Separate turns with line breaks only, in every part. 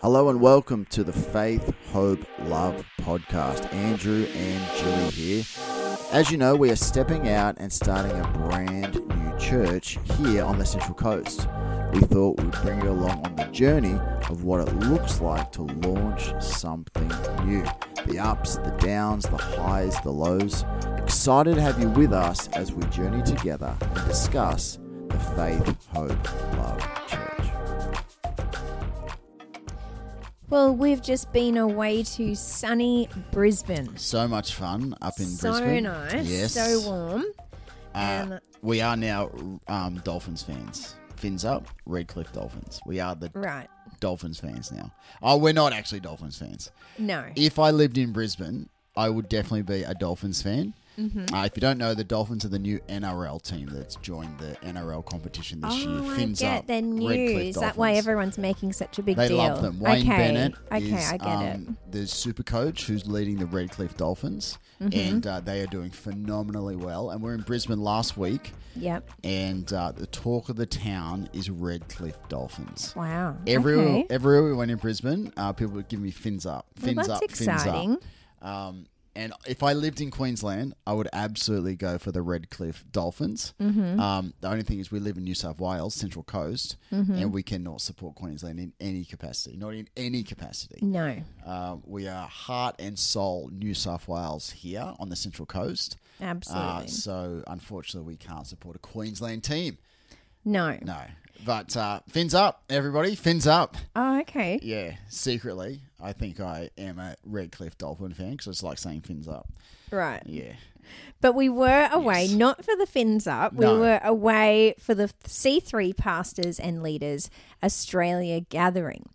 Hello and welcome to the Faith, Hope, Love podcast. Andrew and Julie here. As you know, we are stepping out and starting a brand new church here on the Central Coast. We thought we'd bring you along on the journey of what it looks like to launch something new the ups, the downs, the highs, the lows. Excited to have you with us as we journey together and discuss the Faith, Hope, Love Church.
Well, we've just been away to sunny Brisbane.
So much fun up in
so
Brisbane.
nice,
Yes.
so warm.
Uh,
and
we are now um, Dolphins fans. Fins up, Redcliffe Dolphins. We are the
right,
Dolphins fans now. Oh, we're not actually Dolphins fans.
no,
If I lived in Brisbane, I would definitely be a Dolphins fan.
Mm-hmm.
Uh, if you don't know, the Dolphins are the new NRL team that's joined the NRL competition this
oh,
year.
I
Fins
get
up,
the news.
Redcliffe
That way,
Dolphins.
everyone's making such a big
They
deal.
love them. Wayne
okay,
Bennett
okay,
is
I get it.
um, the super coach who's leading the Redcliffe Dolphins,
Mm-hmm.
and uh, they are doing phenomenally well. And we're in Brisbane last week,
Yep.
and uh, the talk of the town is Redcliffe Dolphins.
Wow.
Everywhere,
okay.
everywhere we went in Brisbane, uh, people would give me fins up, fins
that's
up,
exciting.
fins up. Um, and if I lived in Queensland, I would absolutely go for the Redcliffe Dolphins.
Mm-hmm.
Um, the only thing is, we live in New South Wales, Central Coast,
Mm-hmm.
and we cannot support Queensland in any capacity. Not in any capacity.
no,
Uh, we are heart and soul New South Wales here on the Central Coast.
absolutely
Uh, so unformately, we can't support a Queensland team.
no.
No, but uh, fins up, everybody, fins up.
Oh, okay.
Yeah, secretly, I think I am a Redcliffe Dolphin fan because it's like saying fins up.
Right.
Yeah,
But we were away,
Yes.
not for the fins up.
No.
We were away for the C3 Pastors and Leaders Australia gathering.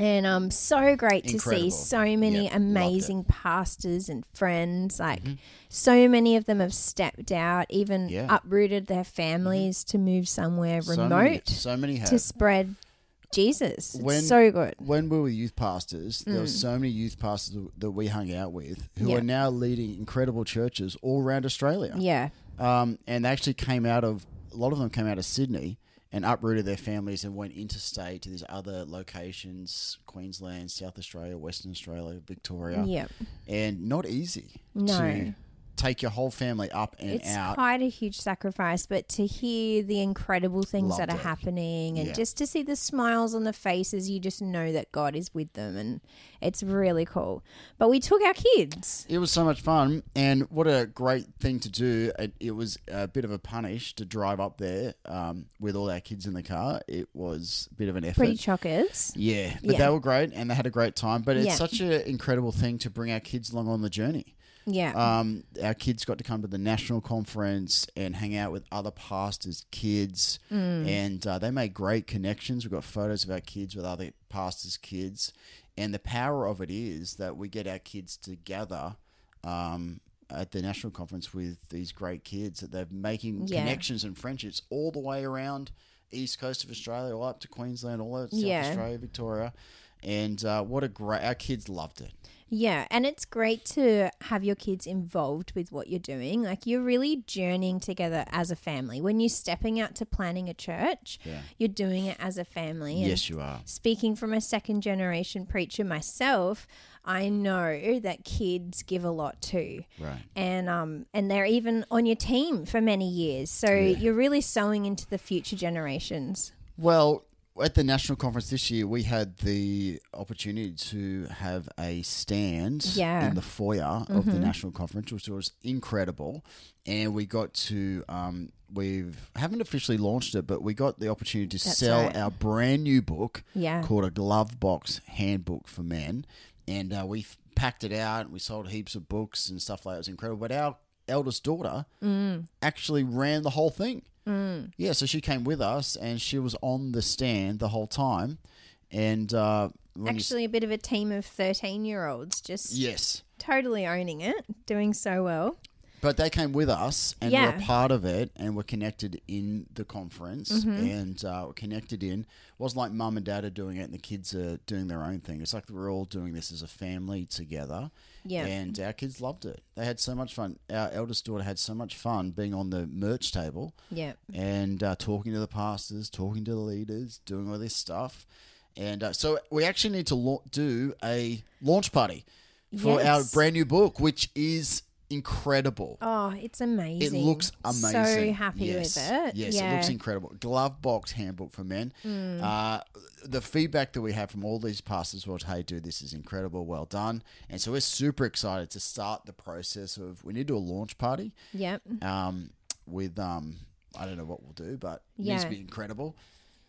And um, so great to
Incredible.
see so many
Yep, loved it. Mm-hmm.
amazing pastors and friends. Like, so many of them have stepped out, even
Yeah. Mm-hmm.
uprooted their families to move somewhere
so many,
remote
so many have.
to spread Jesus. It's
When-
so good.
when we were youth pastors, there were so many youth pastors that we hung out with who
Mm. Yeah.
are now leading incredible churches all around Australia.
Yeah.
um, and they actually came out of a lot of them came out of Sydney and uprooted their families and went interstate to these other locations Queensland, South Australia, Western Australia, Victoria.
Yep.
And not easy to
No.
take your whole family up and
it's
out.
quite a huge sacrifice, but to hear the incredible things that
Loved
are
it.
happening and
Yeah.
just to see the smiles on the faces, you just know that God is with them, and it's really cool. But we took our kids.
it was so much fun, and what a great thing to do! It, it was a bit of a punish to drive up there um, with all our kids in the car. It was a bit of an effort.
Pretty chockers.
Yeah, but
Yeah.
they were great and they had a great time. But it's
Yeah.
such an incredible thing to bring our kids along on the journey.
Yeah.
Um, our kids got to come to the national conference and hang out with other pastors' kids,
Mm.
and uh, they made great connections. We've got photos of our kids with other pastors' kids, and the power of it is that we get our kids together um, at the national conference with these great kids that they're making
Yeah.
connections and friendships all the way around east coast of Australia, all up to Queensland, all over South
Yeah.
Australia, Victoria. And uh, what a great! Our kids loved it.
Yeah, and it's great to have your kids involved with what you're doing. Like you're really journeying together as a family. When you're stepping out to planning a church,
Yeah.
you're doing it as a family. and
Yes, you are.
speaking from a second generation preacher myself, I know that kids give a lot too.
Right.
And um and they're even on your team for many years. So you're really sowing into the future generations.
Well, at the national conference this year, we had the opportunity to have a stand
Yeah. Mm-hmm.
in the foyer of the national conference, which was incredible. And we got to um, we haven't officially launched it, but we got the opportunity to sell
right.
our brand new book
Yeah.
called a glove box handbook for men, and uh, we f- packed it out. and We sold heaps of books and stuff like that. It was incredible. But our eldest daughter actually ran the whole thing. Yeah, so she came with us and she was on the stand the whole time. And uh, when you-
Actually a bit of a team of 13-year-olds just
yes,
totally owning it, doing so well.
but they came with us and were
Yeah.
a part of it and were connected in the conference
Mm-hmm.
and uh, were connected in. It wasn't like mum and dad are doing it and the kids are doing their own thing. It's like we're all doing this as a family together.
Yeah.
And our kids loved it. They had so much fun. Our eldest daughter had so much fun being on the merch table.
Yeah.
and uh, talking to the pastors, talking to the leaders, doing all this stuff. And uh, so we actually need to la- do a launch party for
Yes.
our brand new book, which is incredible.
Oh, it's amazing.
It looks amazing.
So happy
Yes.
with it.
Yes,
yeah. Hmm.
it looks incredible. Glove box handbook for men. Uh, the feedback that we had from all these pastors was, "Hey, dude, this is incredible. Well done." And so we're super excited to start the process of we need to do a launch party
Yep.
um, with um, I don't know what we'll do, but it needs to
Yeah.
be incredible.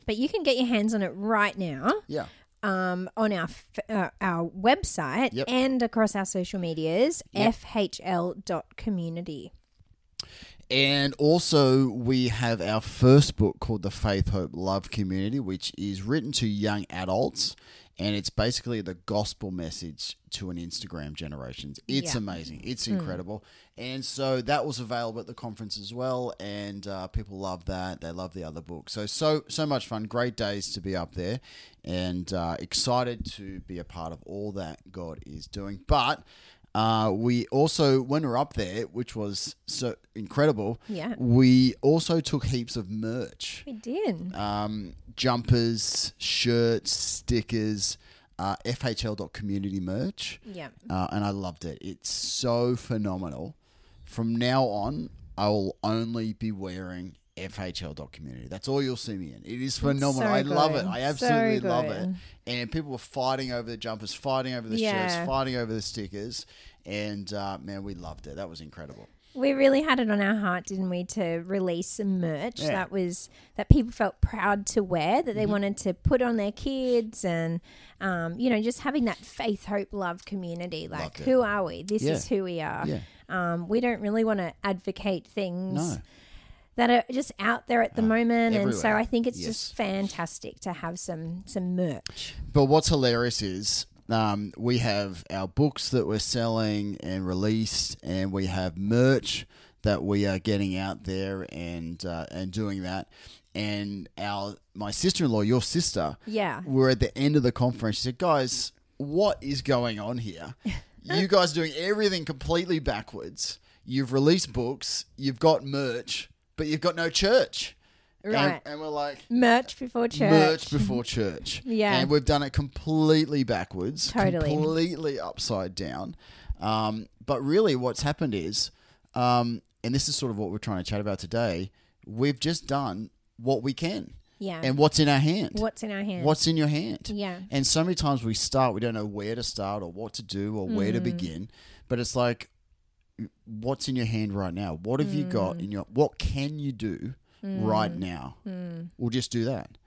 But you can get your hands on it right now
Yeah,
um, on our f- uh, our website
Yep.
and across our social medias,
Yep.
fhl.community.
and also we have our first book called the Faith, Hope, Love Community, which is written to young adults. And it's basically the gospel message to an Instagram generation. It's
Yeah.
amazing. It's incredible. And so that was available at the conference as well. And uh, people love that. They love the other book. So, so, so much fun. Great days to be up there. And uh, excited to be a part of all that God is doing. But uh, we also, when we we're up there, which was so incredible,
Yeah.
we also took heaps of merch
We did.
um, jumpers, shirts, stickers, uh, FHL.community merch.
Yep.
Uh, and I loved it. It's so phenomenal. From now on, I will only be wearing FHL.community. That's all you'll see me in. It is phenomenal. I love it.
good.
I
So
absolutely love it.
good.
And people were fighting over the jumpers, fighting over the
Yeah.
shirts, fighting over the stickers. And uh, man, we loved it. That was incredible.
We really had it on our heart, didn't we, to release some merch
Yeah. Mm-hmm.
that was that people felt proud to wear, that they wanted to put on their kids, and um, you know, just having that faith, hope, love community. Like,
Loved it.
who are we? This is
Yeah.
who we are.
Yeah.
Um, we don't really want to advocate things
No.
that are just out there at the moment, and
Uh,
so
everywhere.
I think it's
Yes.
just fantastic to have some some merch.
But what's hilarious is um, we have our books that we're selling and released, and we have merch that we are getting out there and uh, and doing that. And our my sister in law, your sister,
Yeah.
we're at the end of the conference. She said, "Guys, what is going on here? You guys are doing everything completely backwards. You've released books, you've got merch, but you've got no church." And-
Right.
and we're like,
Merch before church.
merch before church.
Yeah.
And we've done it completely backwards,
Totally.
completely upside down. Um, but really, what's happened is, um, and this is sort of what we're trying to chat about today, we've just done what we can
Yeah.
and what's in our hand.
What's in our hands?
What's in your hand?
Yeah.
And so many times we start, we don't know where to start or what to do or where
Mm.
to begin. But it's like, what's in your hand right now? What have you got
Mm.
in your? What can you do right now? We'll just do that.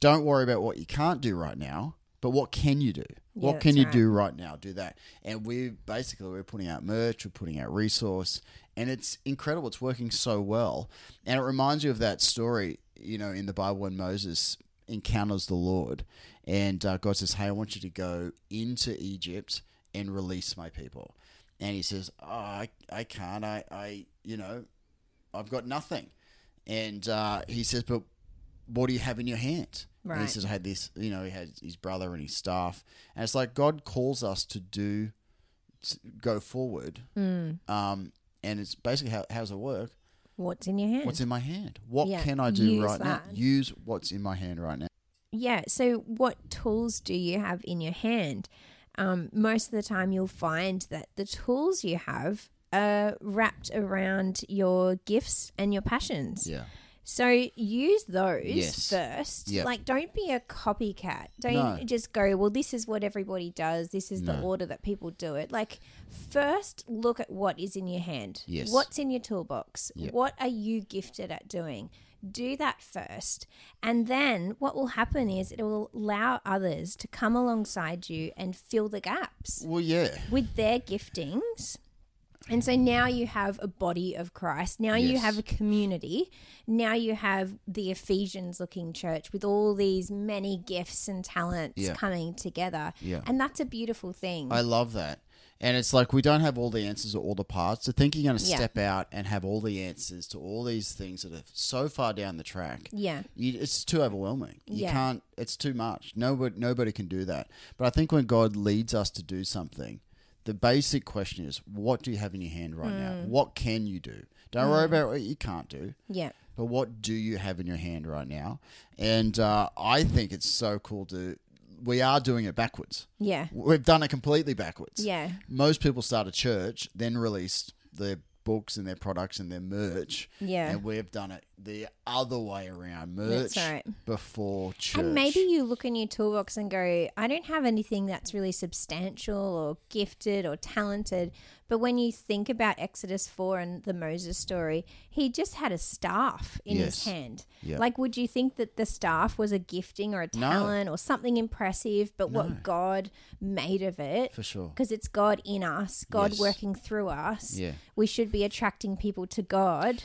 Don't worry about what you can't do right now, but what can you do?
Yeah,
what can
that's
you
right.
do right now? Do that. And we basically we're putting out merch, we're putting out resource, and it's incredible. It's working so well, and it reminds you of that story, you know, in the Bible when Moses encounters the Lord, and uh, God says, "Hey, I want you to go into Egypt and release my people," and he says, oh, "I I can't. I I you know, I've got nothing," and uh, he says, "But." What do you have in your hand? And he
Right.
says, I had this, you know, he had his brother and his staff. And it's like God calls us to do, to go forward.
Hmm.
Um, and it's basically how, how does it work?
What's in your hand?
What's in my hand? What
Yeah,
can I do
use
right now?
that.
Use what's in my hand right now.
yeah so what tools do you have in your hand um, most of the time you'll find that the tools you have are wrapped around your gifts and your passions
Yeah.
so use those
Yes.
first
Yep.
like don't be a copycat don't
No.
just go well this is what everybody does this is the
No.
order that people do it like first look at what is in your hand
Yes.
what's in your toolbox
Yep.
what are you gifted at doing do that first and then what will happen is it will allow others to come alongside you and fill the gaps
Well, yeah.
with their giftings. And so now you have a body of Christ. Now you
Yes.
have a community. Now you have the Ephesians looking church with all these many gifts and talents
Yeah.
coming together.
Yeah.
And that's a beautiful thing.
I love that. And it's like we don't have all the answers or all the parts. To think you're going to
Yeah.
step out and have all the answers to all these things that are so far down the track.
yeah.
you, it's too overwhelming. You
Yeah.
can't. It's too much. Nobody, nobody can do that. But I think when God leads us to do something, the basic question
Hmm.
is, what do you have in your hand right now? What can you do? Don't worry about what you can't do,
Yeah.
but but what do you have in your hand right now? And uh, I think it's so cool to. We are doing it backwards.
Yeah.
We've done it completely backwards.
Yeah.
Most people start a church, then release their books and their products and their merch.
Yeah.
And we've done it the other way around merch
That's right.
before church.
And maybe you look in your toolbox and go, I don't have anything that's really substantial or gifted or talented. But when you think about Exodus 4 and the Moses story, he just had a staff in
Yes.
his hand.
Yeah.
Like, would you think that the staff was a gifting or a
No.
talent or something impressive, but what God made of it?
For sure.
Because it's God in us, God
Yes.
working through us.
Yeah.
We should be attracting people to God.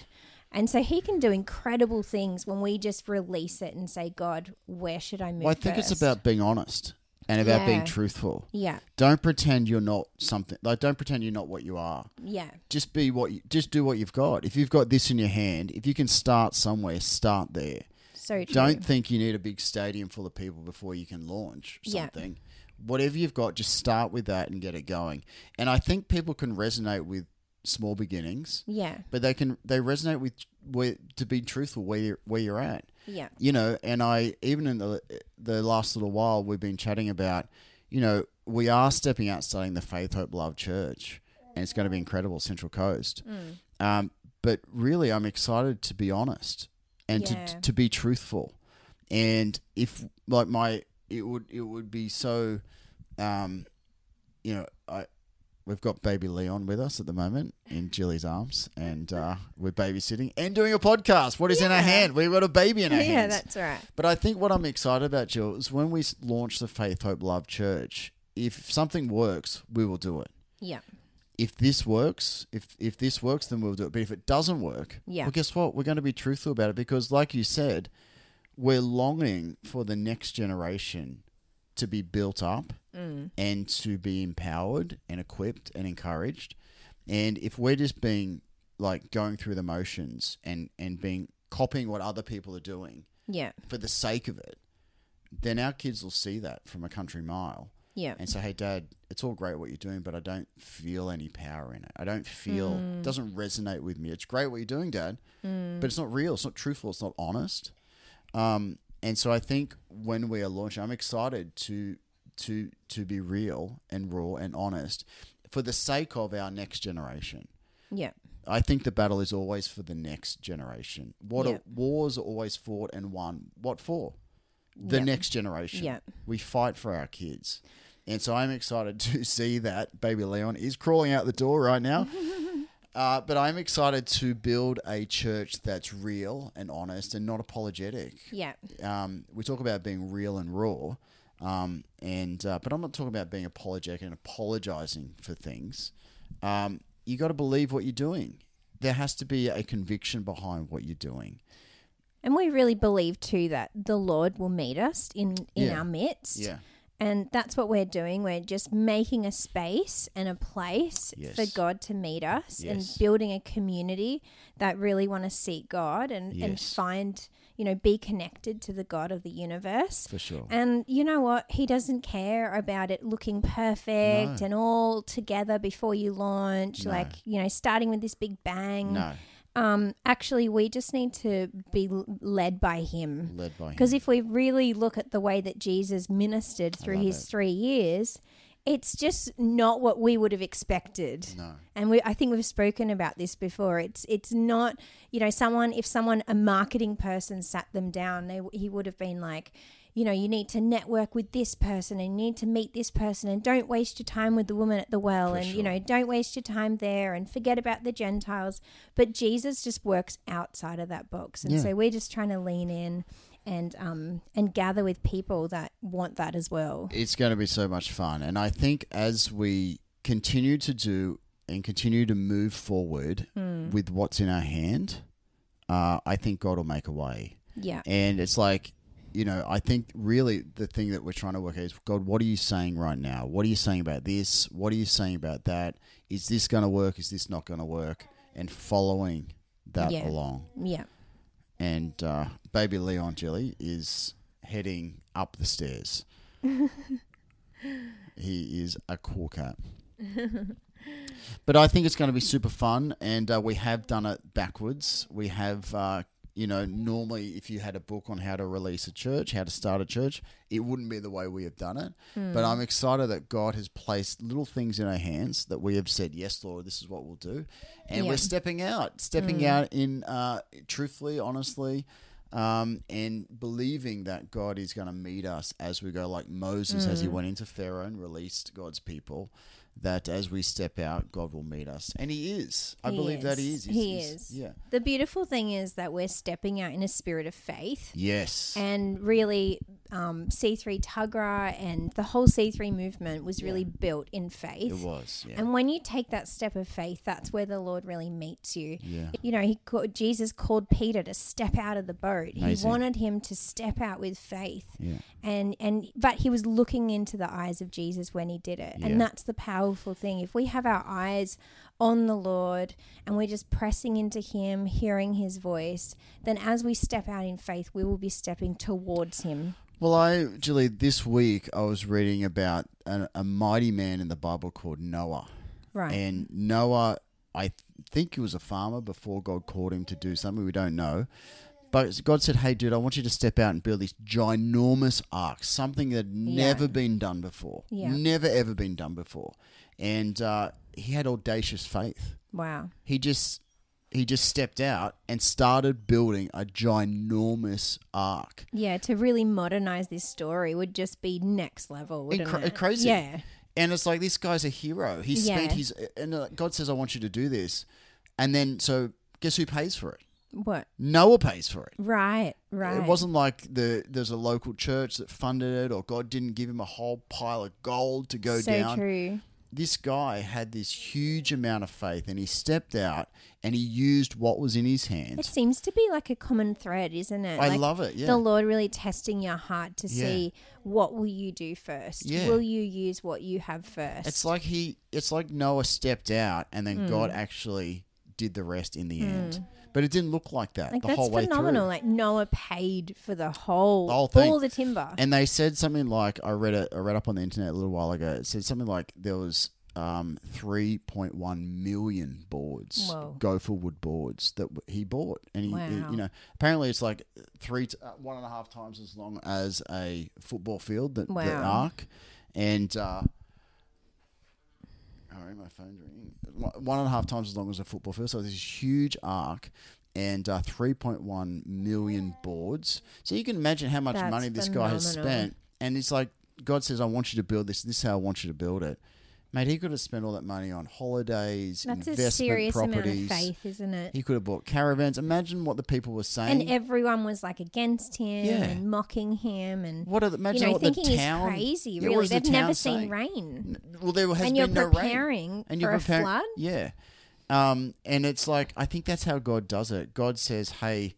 And so he can do incredible things when we just release it and say, God, where should I move?
Well, I think it's
first?"
about being honest and about being
Yeah.
truthful.
Yeah,
Don't pretend you're not something. Like, don't pretend you're not what you are.
yeah,
Just be what. You, just do what you've got. If you've got this in your hand, if you can start somewhere, start there.
so true.
Don't think you need a big stadium full of people before you can launch
Yeah.
something. Whatever you've got, just start with that and get it going. And I think people can resonate with small beginnings,
Yeah,
but they can they resonate with where to be truthful where you're, where you're at
yeah,
you know and i even in the the last little while we've been chatting about you know we are stepping out starting the faith hope love church and it's going to be incredible central coast
Mm.
um, but really i'm excited to be honest and
Yeah.
to, to be truthful and if like my it would it would be so um, you know i We've got baby Leon with us at the moment in Jilly's arms, and uh, we're babysitting and doing a podcast. What is in our
Yeah.
hand? We've got a baby in our
yeah.
hands.
That's right.
But I think what I'm excited about, Jill, is when we s- launch the Faith, Hope, Love Church, if something works, we will do it.
Yeah,
If this works, if if this works, then we'll do it. But if it doesn't work,
Yeah.
well, guess what? We're going to be truthful about it because, like you said, we're longing for the next generation to be built up
Mm.
and to be empowered and equipped and encouraged. And if we're just being like going through the motions and and being copying what other people are doing,
yeah,
for the sake of it, then our kids will see that from a country mile
yeah,
and say, "Hey, Dad, it's all great what you're doing, but I don't feel any power in it. I don't feel it doesn't resonate with me. It's great what you're doing, Dad, but it's not real. It's not truthful. It's not honest." Um, and so I think when we are launching, I'm excited to to to be real and raw and honest for the sake of our next generation.
yeah,
I think the battle is always for the next generation. What
Yeah.
are, wars are always fought and won. What for? The
Yeah.
next generation.
Yeah.
We fight for our kids. And so I'm excited to see that baby Leon is crawling out the door right now. uh, but I'm excited to build a church that's real and honest and not apologetic
yeah,
um, we talk about being real and raw, um, and uh, but I'm not talking about being apologetic and apologizing for things. Um, you got to believe what you're doing. There has to be a conviction behind what you're doing.
and we really believe too that the Lord will meet us in in
Yeah.
our midst. And that's what we're doing. We're just making a space and a place
Yes.
for God to meet us
Yes.
and building a community that really want to seek God and, and
Yes.
find, you know, be connected to the God of the universe.
for sure.
And you know what? He doesn't care about it looking perfect and all together before you launch,
No.
like, you know, starting with this big bang.
No,
Um, actually, we just need to be l- led by Him.
led by
Because
him.
if we really look at the way that Jesus ministered through
love
his
it.
three years, it's just not what we would have expected.
No.
And we, I think we've spoken about this before. It's it's not you know someone if someone a marketing person sat them down, they he would have been like, you know, you need to network with this person and you need to meet this person and don't waste your time with the woman at the well
For
and
sure.
you know don't waste your time there and forget about the Gentiles. But Jesus just works outside of that box, and
Yeah.
so we're just trying to lean in and um and gather with people that want that as well.
It's going to be so much fun. And I think as we continue to do and continue to move forward
Hmm.
with what's in our hand, uh, I think God will make a way.
Yeah,
And it's like, you know, I think really the thing that we're trying to work out is God, what are you saying right now? What are you saying about this? What are you saying about that? Is this going to work? Is this not going to work? And following that
Yeah.
along.
yeah.
And uh, baby Leon Jelly is heading up the stairs. he is a cool cat. but I think it's going to be super fun, and uh, we have done it backwards. We have uh, you know, normally if you had a book on how to release a church, how to start a church, it wouldn't be the way we have done it. But I'm excited that God has placed little things in our hands that we have said, yes, Lord, this is what we'll do. And
Yeah.
we're stepping out, stepping out in uh, truthfully, honestly, um, and believing that God is going to meet us as we go, like Moses
Mm.
as he went into Pharaoh and released God's people. That as we step out, God will meet us, and He is. I
He
believe that He
is.
is. He's-
He
he's-
is.
Yeah.
The beautiful thing is that we're stepping out in a spirit of faith.
Yes.
And really, um, C3 Tugra and the whole C3 movement was really built in faith.
It was, yeah.
And when you take that step of faith, that's where the Lord really meets you.
Yeah.
You know, he called, Jesus called Peter to step out of the boat. He
Amazing.
wanted him to step out with faith.
Yeah.
And and but he was looking into the eyes of Jesus when he did it.
Yeah.
And that's the powerful thing. If we have our eyes on the Lord and we're just pressing into him, hearing his voice, then as we step out in faith, we will be stepping towards him.
Well, I, Julie, this week I was reading about a, a mighty man in the Bible called Noah.
Right.
And Noah, I th- think he was a farmer before God called him to do something we don't know. But God said, hey, dude, I want you to step out and build this ginormous ark, something that had never been done before.
Yeah.
Never, ever been done before. And uh, he had audacious faith.
wow.
he just he just stepped out and started building a ginormous ark.
Yeah, to really modernize this story would just be next level, wouldn't
Incra-
it?
crazy.
Yeah.
And it's like this guy's a hero. He spent
Yeah.
his and uh, God says, "I want you to do this," and then so guess who pays for it?
What?
Noah pays for it.
Right. Right.
It wasn't like the there's a local church that funded it, or God didn't give him a whole pile of gold to go
so
down.
true.
This guy had this huge amount of faith, and he stepped out and he used what was in his hand.
It seems to be like a common thread, isn't it?
I
Like
love it. Yeah,
The Lord really testing your heart to
Yeah.
see what will you do first.
Yeah.
Will you use what you have first?
It's like he it's like Noah stepped out and then God
Hmm.
actually did the rest in the end. But it didn't look like that
Like,
the
that's
whole way
phenomenal.
through.
Like Noah paid for the whole,
The whole thing.
all the timber.
And they said something like I read it I read up on the internet a little while ago. It said something like there was um, 3.1 million boards,
Whoa.
gopher wood boards that w- he bought, and he, he-
Wow.
you know, apparently it's like three, t- uh, one and a half times as long as a football field. That the
Wow.
arc, and uh, Sorry, my phone's ringing. One- One and a half times as long as a football field. So this huge arc and uh, 3.1 million boards. So you can imagine how much
That's
money this guy has
phenomenal.
spent. And it's like, God says, I want you to build this. This is how I want you to build it. Mate, he could have spent all that money on holidays,
that's a
investment
serious amount of
properties.
faith, isn't it?
He could have bought caravans. Imagine what the people were saying.
and everyone was like against him
Yeah.
and mocking him and
what are the, imagine
you know,
what
thinking
the town.
he's crazy.
Yeah, what
really,
is the
they've never
town
seen
saying?
rain,
Well, there has
and you're
been no rain.
preparing
and
for
you're
a
preparing,
flood.
Yeah, um, and it's like I think that's how God does it. God says, "Hey,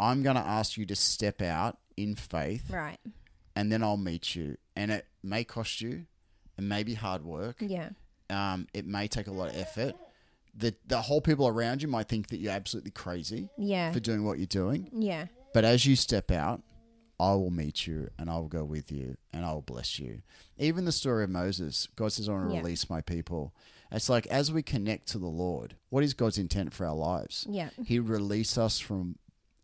I'm going to ask you to step out in faith,
Right?
and then I'll meet you. And it may cost you, it may be hard work.
Yeah.
Um, it may take a lot of effort. The the whole people around you might think that you're absolutely crazy
Yeah.
for doing what you're doing,
yeah.
but as you step out." I will meet you and I will go with you and I will bless you. Even the story of Moses, God says, I want to
Yeah.
release my people. It's like as we connect to the Lord, what is God's intent for our lives?
Yeah.
He release us from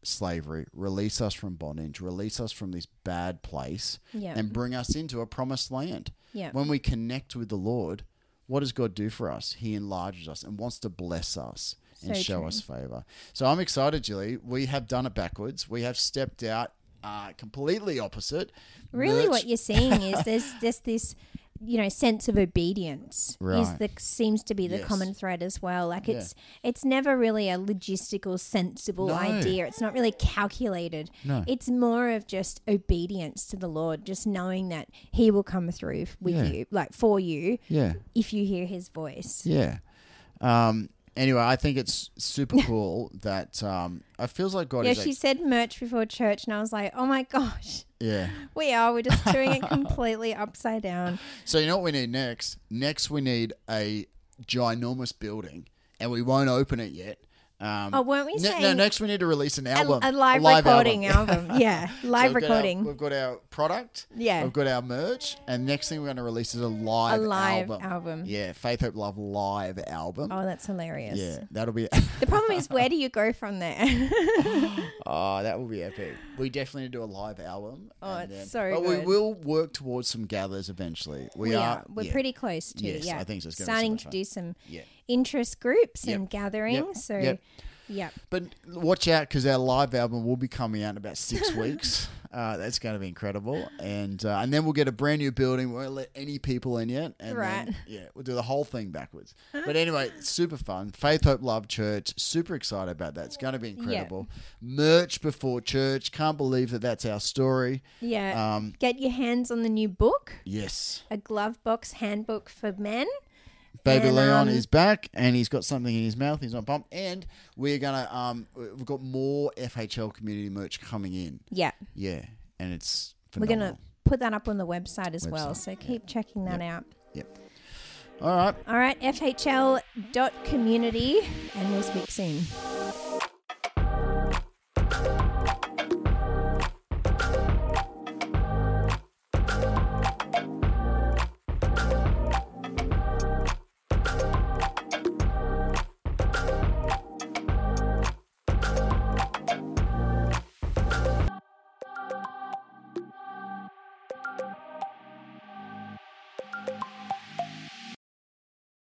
slavery, release us from bondage, release us from this bad place,
Yeah.
and bring us into a promised land.
Yeah.
When we connect with the Lord, what does God do for us? He enlarges us and wants to bless us and
So
show
true.
us favor. So I'm excited, Julie. We have done it backwards. We have stepped out uh, completely opposite.
Really,
Merch-
what you're seeing is there's just this, you know, sense of obedience is
Right.
the seems to be the
Yes.
common thread as well. Like it's it's never really a logistical, sensible
No.
idea. It's not really calculated.
No.
It's more of just obedience to the Lord, just knowing that He will come through f- with
Yeah.
you, like for you,
Yeah.
if you hear His voice.
Yeah. Um, anyway, I think it's super cool that um, it feels like God
Yeah,
is.
she said merch before church, and I was like, oh my gosh,
ac- yeah.
we are. We're just doing it completely upside down.
So you know what we need next? Next, we need a ginormous building, and we won't open it yet Um,
Oh, weren't we
ne-
saying
no, next we need to release an
a,
album,
a live, recording album? Yeah,
So
live
we've got our-
recording.
we've got our product.
Yeah.
We've got our merch, and next thing we're going to release is a live,
a live album.
Yeah, Faith Hope Love live album.
Oh, that's hilarious.
yeah, that'll be.
The problem is, where do you go from there?
oh, that will be epic. We definitely need to do a live album.
Oh,
and
it's
then-
so
But we
good.
will work towards some gathers eventually. We, are.
We're
yeah.
pretty close to
Yes,
it. Yeah,
I think so. It's gonna be so
starting
much
to
fun.
do some
Yeah.
interest groups and
Yep.
gatherings.
Yep.
So,
Yep.
yep.
But watch out because our live album will be coming out in about six weeks. Uh, that's going to be incredible, and uh, and then we'll get a brand new building. We won't let any people in yet, and
Right.
then, yeah, we'll do the whole thing backwards. But anyway, super fun. Faith, Hope, Love Church. Super excited about that. It's going to be incredible. Merch before church. Can't believe that that's our story.
Yeah.
Um,
Get your hands on the new book,
Yes,
A Glove Box Handbook for Men.
baby
And,
Leon
um,
is back, and he's got something in his mouth. He's not pumped, and we're gonna um we've got more FHL community merch coming in.
Yeah.
Yeah, and it's
We're going
phenomenal.
to put that up on the website as well.
Website,
So, keep checking that out.
All right.
All right, FHL.community, and we'll speak soon.